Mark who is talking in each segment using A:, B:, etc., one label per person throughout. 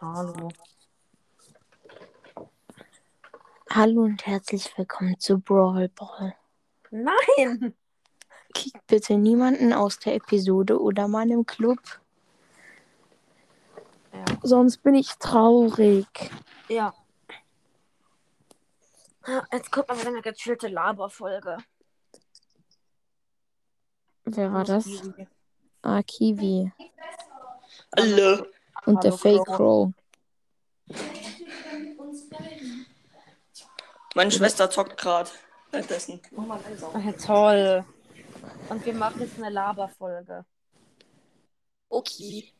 A: Hallo.
B: Hallo und herzlich willkommen zu Brawl Ball.
A: Nein!
B: Kickt bitte niemanden aus der Episode oder meinem Club.
A: Ja.
B: Sonst bin ich traurig.
A: Ja. Ah, Jetzt kommt mal wieder eine gechillte Laberfolge.
B: Wer war das?
A: Kiwi.
B: Ah, Kiwi.
C: Alle.
B: Und der
A: Hallo,
B: Fake
A: Clara.
B: Crow.
C: Meine Schwester zockt gerade. Währenddessen.
A: Ah, toll. Und wir machen jetzt eine Laberfolge.
C: Okay.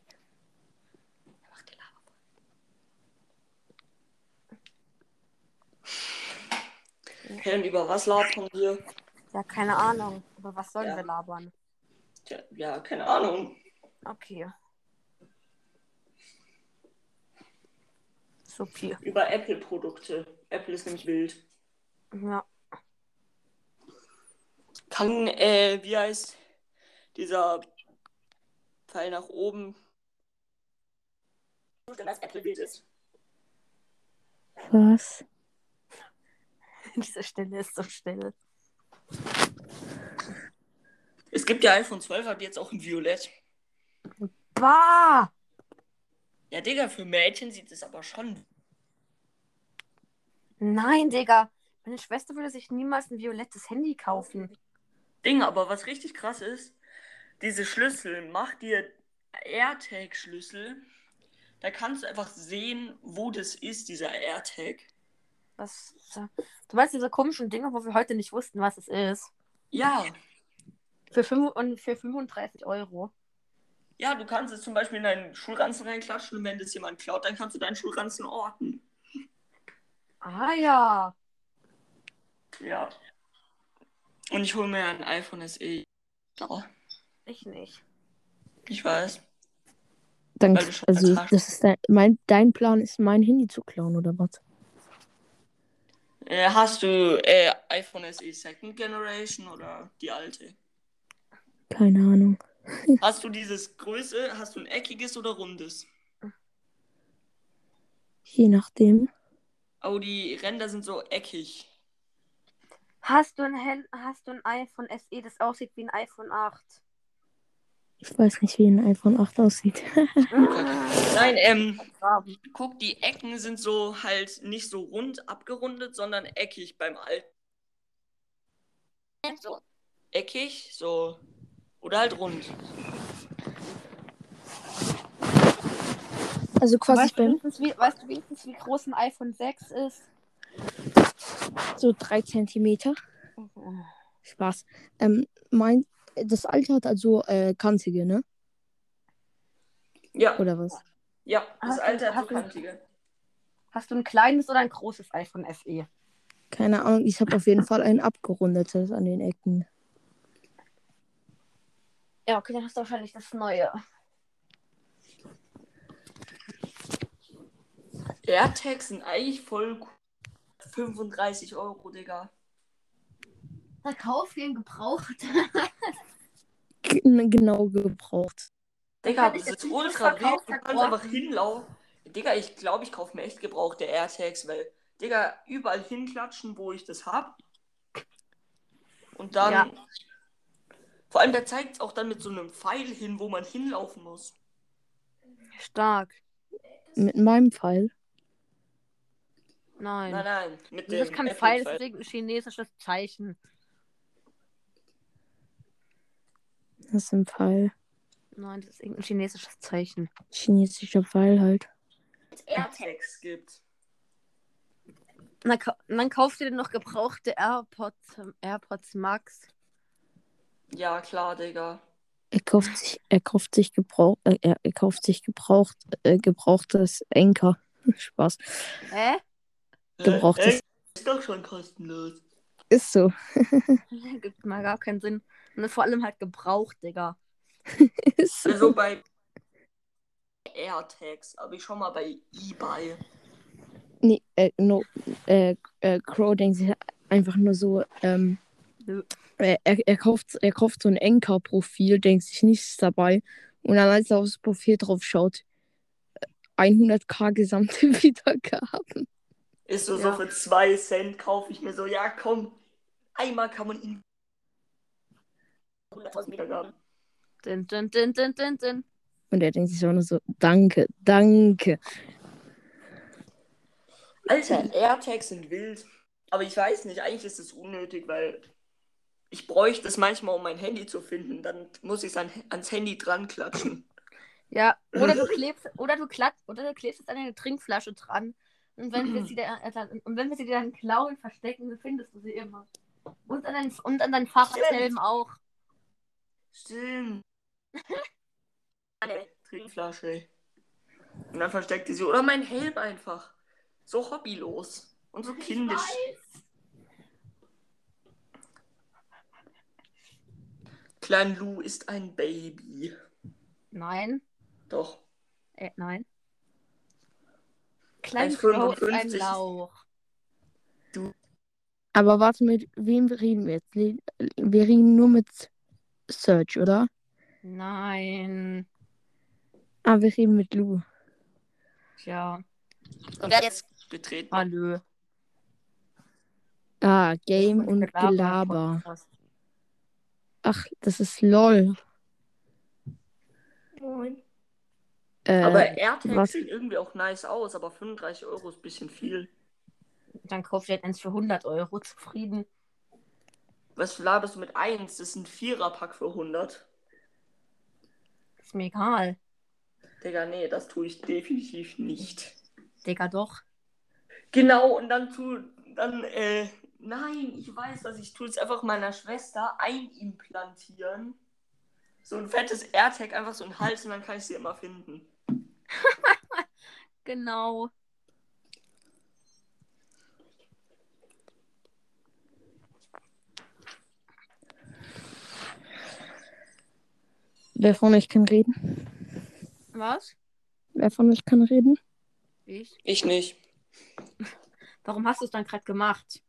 C: Okay, und über was labern wir?
A: Ja, keine Ahnung. Aber was sollen
C: Ja.
A: wir labern?
C: Tja, Ja, keine Ahnung.
A: Okay. Supi.
C: Über Apple-Produkte. Apple ist nämlich wild.
A: Ja.
C: Kann, äh, wie heißt dieser Pfeil nach oben? Dass Apple wild ist.
B: Was?
A: Diese Stelle ist so still.
C: Es gibt ja iPhone 12, hat jetzt auch ein Violett.
A: Bah!
C: Ja, Digga, für Mädchen sieht es aber schon.
A: Nein, Digga. Meine Schwester würde sich niemals ein violettes Handy kaufen.
C: Ding, aber was richtig krass ist, diese Schlüssel, mach dir AirTag-Schlüssel. Da kannst du einfach sehen, wo das ist, dieser AirTag.
A: Was? Du weißt diese komischen Dinge, wo wir heute nicht wussten, was es ist.
C: Ja,
A: Für, fünf, und für 35 Euro.
C: ja, du kannst es zum Beispiel in deinen Schulranzen reinklatschen und wenn das jemand klaut, dann kannst du deinen Schulranzen orten.
A: Ah ja.
C: Ja. Und ich hole mir ein iPhone SE. Ja,
A: Ich nicht.
C: ich weiß.
B: Dann,
C: Weil du schon
B: also,
C: als Arsch-
B: das ist dein, mein, dein Plan ist, mein Handy zu klauen, oder was?
C: Äh, hast du äh, iPhone SE Second Generation oder die alte?
B: Keine Ahnung.
C: Hast du dieses Größe, hast du ein eckiges oder rundes?
B: Je nachdem.
C: Aber Oh, die Ränder sind so eckig.
A: Hast du ein, Hand- hast du ein iPhone SE, das aussieht wie ein iPhone 8?
B: Ich weiß nicht, wie ein iPhone 8 aussieht.
C: Nein, ähm,
A: Graben.
C: guck, die Ecken sind so halt nicht so rund abgerundet, sondern eckig beim Alten.
A: Also,
C: So eckig, so. Oder halt rund.
B: Also quasi
A: Weißt, du
B: beim
A: wenigstens, wie, weißt du wenigstens, wie groß ein iPhone 6 ist?
B: so 3 Zentimeter. Spaß. Ähm, mein, das Alter hat also äh, kantige, ne?
C: Ja,
B: Oder was?
C: ja, das
A: Hast du-
C: Alter hat
A: hast
C: so
A: du-
C: kantige.
A: Hast du ein kleines oder ein großes iPhone E? SE?
B: Keine Ahnung, ich habe auf jeden Fall ein abgerundetes an den Ecken.
A: Ja, okay, dann hast du wahrscheinlich das neue.
C: AirTags sind eigentlich voll cool. 35 Euro, Digga.
A: Verkauf den gebraucht.
B: G genau gebraucht.
C: Digga,
A: Kann ich
C: das ist
A: jetzt nicht
C: ultra wild.
A: verkauft
C: Du kannst
A: verkaufen?
C: einfach hinlaufen. Digga, ich glaube, ich kaufe mir echt gebrauchte AirTags, weil, Digga, überall hinklatschen, wo ich das hab. Und dann.
A: Ja.
C: Vor allem, der zeigt auch dann mit so einem Pfeil hin, wo man hinlaufen muss.
A: Stark.
B: Mit meinem Pfeil.
A: Nein.
C: Nein, nein. Mit
A: das ist
C: dem
A: kein
C: Apple
A: Pfeil, das ist irgendein chinesisches Zeichen.
B: Das ist ein Pfeil.
A: Nein, das ist irgendein chinesisches Zeichen.
B: Chinesischer Pfeil halt.
C: AirTags gibt.
A: Na, ka- dann kauf dir noch gebrauchte AirPods, ähm, AirPods Max.
C: Ja, klar, Digga.
B: Er kauft sich, er kauft sich gebraucht, äh, er, er kauft sich gebraucht, äh, gebrauchtes Enker. Spaß.
A: Hä?
B: Gebrauchtes.
C: Äh, ist doch schon kostenlos.
B: Ist so.
A: Gibt mal gar keinen Sinn. Und vor allem halt gebraucht, Digga.
B: Ist so.
C: Also bei AirTags, aber ich schau mal bei eBay.
B: Nee, äh, no, äh, äh, Crow denkt sich einfach nur so, ähm,
A: Nö.
B: äh, er, er, kauft, er kauft so ein Enker-Profil, denkt sich nichts dabei. Und dann, als er aufs Profil drauf schaut, äh, 100k gesamte Wiedergaben.
C: Ist so,
A: Ja.
C: so für 2 Cent kaufe ich mir so, ja komm, einmal kann man ihn. 100.000 Wiedergaben.
A: Din, din, din, din, din, din.
B: Und er denkt sich auch nur so, danke, danke.
C: Alter, AirTags sind wild. Aber ich weiß nicht, eigentlich ist es unnötig, weil ich bräuchte es manchmal, um mein Handy zu finden. Dann muss ich es an, ans Handy dran klatschen.
A: Ja, oder du klebst, oder du klatsch, oder du klebst es an deine Trinkflasche dran. Und wenn wir sie dir, äh, dann- und wenn wir sie dir dann klauen, verstecken, findest du sie immer. Und an deinen, und an deinen Fahrradhelm auch.
C: Stimmt. Eine Trinkflasche. Und dann versteckt die sie. Oder mein Helm einfach. So hobbylos. Und so kindisch. Klein Lou ist ein Baby.
A: Nein,
C: Doch.
A: äh, nein. Klein
C: 1,55.
A: Bro ist ein Lauch.
B: Aber warte, mit wem reden wir jetzt? Le- Wir reden nur mit Serge, oder?
A: Nein.
B: Ah, wir reden mit Lou.
A: Tja.
C: Und wer Ah, hat jetzt betreten?
A: Hallo.
B: Ah, Game und Gelaber. Ach, das ist LOL. Äh,
C: Aber
B: aber was-
C: AirTags sehen irgendwie auch nice aus, aber 35 Euro ist ein bisschen viel.
A: Dann kauft ihr eins für 100 Euro zufrieden.
C: Was laberst du mit 1? Das ist ein Viererpack für 100.
A: Ist mir egal.
C: Digga, nee, das tue ich definitiv nicht.
A: Digga, doch.
C: Genau, und dann tu, dann, äh, nein, ich weiß das, ich tue es einfach meiner Schwester einimplantieren. So ein fettes AirTag, einfach so ein Hals und dann kann ich sie immer finden.
A: Genau.
B: wer von euch kann reden?
A: Was?
B: Wer von euch kann reden?
A: Ich?
C: Ich nicht.
A: Warum hast du es dann gerade gemacht?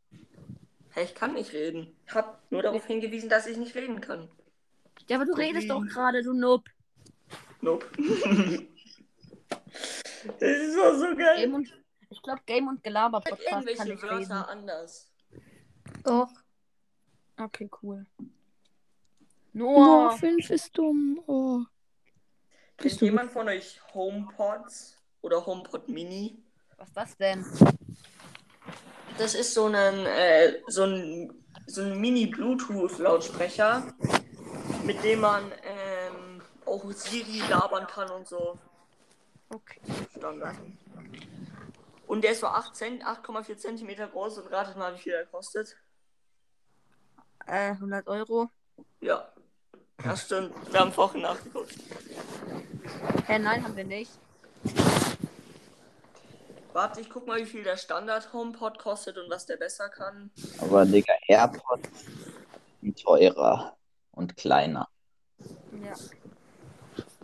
C: Hey, ich kann nicht reden. Hab nur darauf hingewiesen, dass ich nicht reden kann.
A: Ja, aber du redest doch gerade, du Noob.
C: Nope. das ist doch so geil.
A: Game und, ich glaube, Game und Gelaber Podcast kann
C: Halt Irgendwelche
A: ich
C: Wörter
A: reden.
C: anders.
A: Doch. Okay, cool.
B: Oh,
A: Noah.
B: 5 ist dumm. Oh.
C: Kennt
B: Bist du-
C: jemand von euch HomePods oder HomePod Mini?
A: Was ist das denn?
C: Das ist so ein, äh, so ein, so ein Mini-Bluetooth-Lautsprecher, mit dem man ähm, auch Siri labern kann und so.
A: Okay.
C: Standard. Und der ist so 8 Cent, 8,4 Zentimeter groß und ratet mal, wie viel der kostet.
A: Äh, 100 Euro.
C: Ja. Ja, stimmt. Wir haben vorhin nachgeguckt.
A: Hä, nein, haben wir nicht.
C: Warte, ich guck mal, wie viel der Standard-HomePod kostet und was der besser kann.
D: Aber Digga, AirPods sind teurer und kleiner.
A: Ja.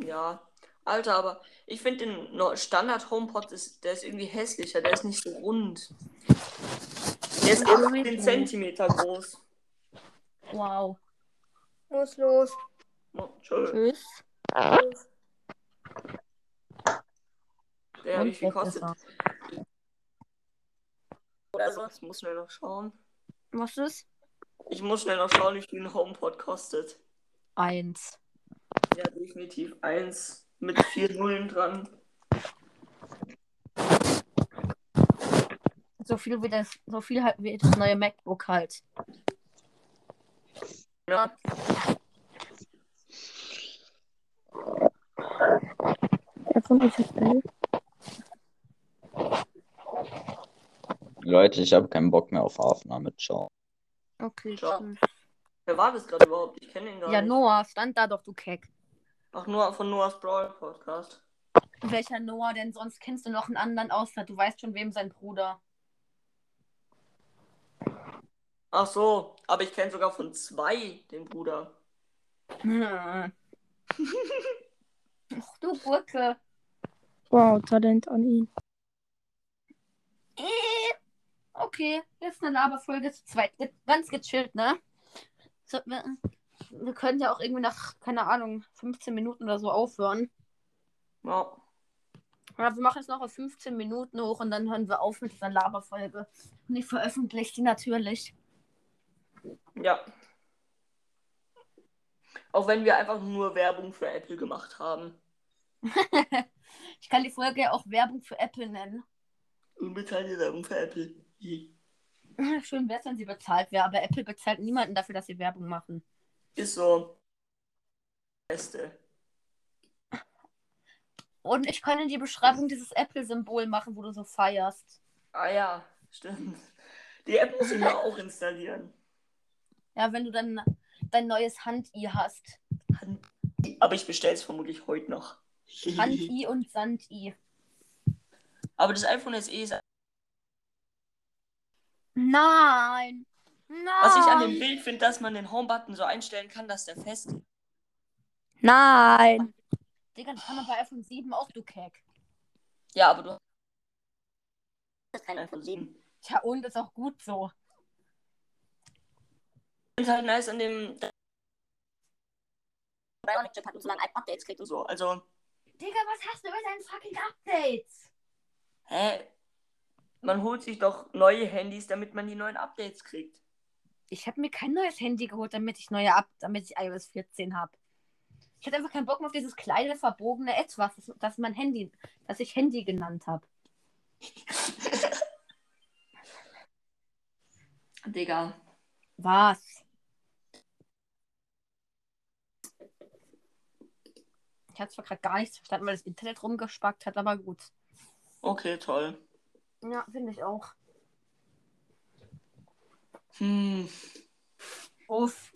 C: Ja, Alter, aber ich finde den no- Standard HomePod ist, der ist irgendwie hässlicher, der ist nicht so rund. Der ist 18 Zentimeter groß.
A: Wow.
E: Muss los.
C: Oh, Entschuldigung.
A: Tschüss.
C: Der, wie
A: Und
C: viel
A: weg ist
C: kostet
A: er.
C: oder so? Also, Ich muss schnell noch schauen.
A: Was ist?
C: Ich muss schnell noch schauen, wie viel ein HomePod kostet.
A: Eins.
C: Ja, definitiv eins mit vier Nullen dran.
A: So viel wie das, so viel halt wie das neue MacBook halt.
C: Ja.
B: Wer von euch hat Bell?
D: Leute, ich habe keinen Bock mehr auf Aufnahme. Ciao.
A: Okay,
C: Ciao.
A: schön.
C: Wer war das gerade überhaupt? Ich kenne ihn gar
A: Ja,
C: nicht.
A: Noah, stand da doch, du Keck.
C: Ach, Noah von Noahs Brawl Podcast.
A: Welcher Noah denn sonst kennst du noch einen anderen außer du weißt schon, wem sein Bruder.
C: Ach so, aber ich kenne sogar von zwei den Bruder.
A: Hm. Ach du Gurke.
B: Wow, Talent an ihn.
A: Äh, Okay, jetzt eine Laberfolge zu zweit. Ge- Ganz gechillt, ne? So, wir, wir können ja auch irgendwie nach, keine Ahnung, 15 Minuten oder so aufhören.
C: Ja.
A: Oder wir machen es noch auf 15 Minuten hoch und dann hören wir auf mit dieser Laberfolge. Und ich veröffentliche die natürlich.
C: Ja. Auch wenn wir einfach nur Werbung für Apple gemacht haben.
A: Ich kann die Folge auch Werbung für Apple nennen.
C: Unbezahlte Werbung für Apple.
A: Schön wäre es, wenn sie bezahlt wäre, aber Apple bezahlt niemanden dafür, dass sie Werbung machen.
C: Ist so. Beste.
A: Und ich kann in die Beschreibung dieses Apple-Symbol machen, wo du so feierst.
C: Ah ja, stimmt. Die App muss ich mir auch installieren.
A: Ja, wenn du dann dein neues Hand-I hast.
C: Aber ich bestelle es vermutlich heute noch.
A: Hand-I und Sand-I.
C: Aber das iPhone SE ist,
A: Nein! Nein!
C: was ich an dem Bild finde, dass man den Home-Button so einstellen kann, dass der fest ist.
B: Nein.
A: Digga, das kann man bei iPhone 7 auch, du Keck.
C: Ja, aber du hast kein iPhone 7.
A: Tja, und ist auch gut so.
C: Ich finde halt nice an dem
F: Bionic Chip hat uns so lange Updates kriegt und
C: und
F: so.
C: so. Also,
A: Digga, was hast du mit deinen fucking Updates?
C: hä? Man holt sich doch neue Handys, damit man die neuen Updates kriegt.
A: Ich habe mir kein neues Handy geholt, damit ich neue Up damit ich iOS 14 habe. Ich hatte einfach keinen Bock mehr auf dieses kleine, verbogene Etwas, das, das mein Handy, das ich Handy genannt habe.
C: Digga.
A: Was? Ich habe zwar gerade gar nichts verstanden, weil das Internet rumgespackt hat, aber gut.
C: Okay, toll.
A: Ja, finde ich auch.
C: Hm.
A: Uff.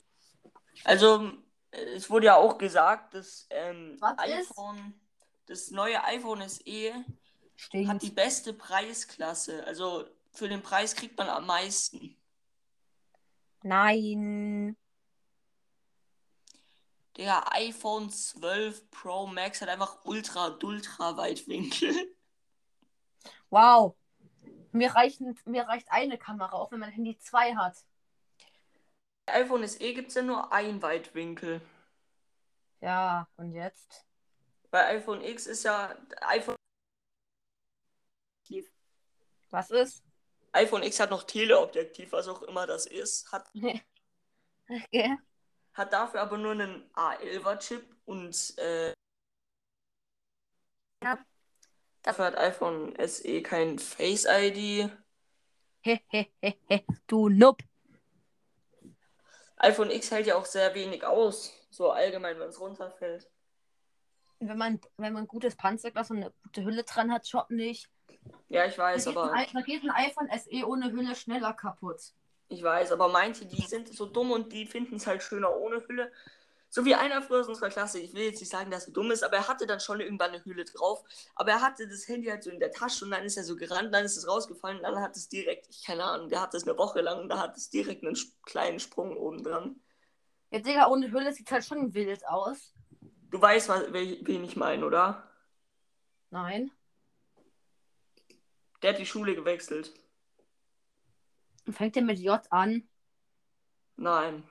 C: Also, äh, es wurde ja auch gesagt, dass ähm,
A: Was
C: iPhone, das neue iPhone SE hat die
A: Stinkt.
C: beste Preisklasse. Also, für den Preis kriegt man am meisten.
A: Nein.
C: Der iPhone 12 Pro Max hat einfach ultra, ultra Weitwinkel.
A: Wow. Mir, reichen, mir reicht eine Kamera, auch wenn mein Handy zwei hat.
C: iPhone SE gibt es ja nur ein Weitwinkel.
A: Ja, und jetzt?
C: Bei iPhone X ist ja iPhone,
A: Was ist?
C: iPhone X hat noch Teleobjektiv, was auch immer das ist, hat,
A: Okay.
C: hat dafür aber nur einen A11er Chip und äh,
A: Ja.
C: dafür hat iPhone SE kein Face ID.
A: He, he, he, he. Du Nupp.
C: iPhone X hält ja auch sehr wenig aus, so allgemein, wenn es runterfällt.
A: Wenn man, wenn man gutes Panzerglas und eine gute Hülle dran hat, schon nicht.
C: Ja, ich weiß,
A: Da geht, ein,
C: aber halt
A: I- da geht ein iPhone SE ohne Hülle schneller kaputt.
C: ich weiß, aber meinte, die sind so dumm und die finden es halt schöner ohne Hülle. So wie einer früher aus unserer Klasse, ich will jetzt nicht sagen, dass er dumm ist, aber er hatte dann schon irgendwann eine Hülle drauf. Aber er hatte das Handy halt so in der Tasche und dann ist er so gerannt, dann ist es rausgefallen, dann hat es direkt, ich keine Ahnung, der hat es eine Woche lang und da hat es direkt einen sch- kleinen Sprung oben dran.
A: Ja, Digga, ohne Hülle sieht halt schon wild aus.
C: Du weißt, was, wel- wen ich meine, oder?
A: Nein.
C: Der hat die Schule gewechselt.
A: Und fängt der mit J an?
C: Nein.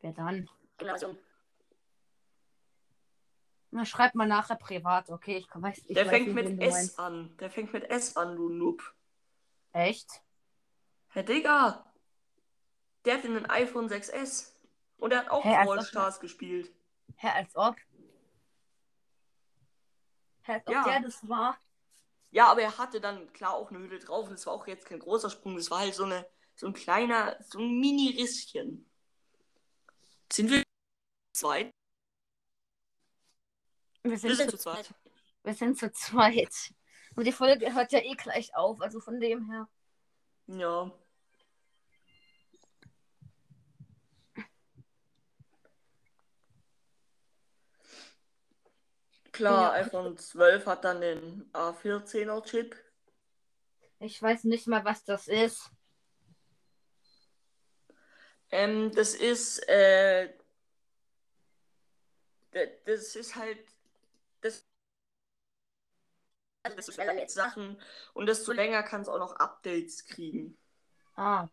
A: Wer dann?
F: Gymnasium.
A: Na, schreib mal nachher privat, okay? Ich komm- weiß, ich
C: Der
A: weiß
C: fängt
A: nicht, wen
C: mit
A: du
C: S
A: meinst.
C: an. Der fängt mit S an, du Noob.
A: Echt?
C: Herr Digga! Der hat einen iPhone 6S. Und er hat auch
A: Hä, als
C: Brawl
A: ob-
C: Stars gespielt.
A: Hä, als ob. Hä, als ob
C: Ja.
A: der das war.
C: Ja, aber er hatte dann klar auch eine Hülle drauf. Und es war auch jetzt kein großer Sprung. Das war halt so, eine, so ein kleiner, so ein Mini-Risschen. Sind wir zwei?
A: Wir sind,
C: Wir sind
A: zu
C: zu zweit.
A: Wir sind zu zweit. Und die Folge hört ja eh gleich auf, also von dem her.
C: Ja. Klar, iPhone 12 hat dann den A14er Chip.
A: Ich weiß nicht mal, was das ist.
C: Ähm, das ist, äh, d- das ist halt, das, also desto schneller jetzt Sachen und desto länger kann es auch noch Updates kriegen.
A: Ah,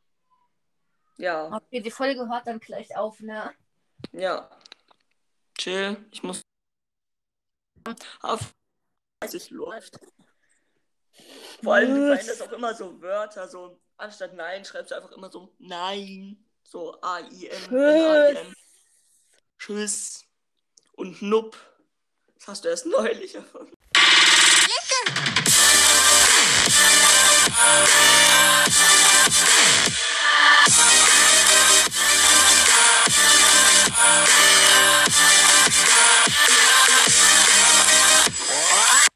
C: Ja,
A: okay, die Folge hört dann gleich auf, ne?
C: ja. Chill, ich muss. auf als es läuft. Vor allem mir fallen das auch immer so Wörter, so anstatt nein schreibst du einfach immer so nein, so A I N, -N, -A -I -N. Tschüss und Nupp. Das hast du erst neulich erfahren.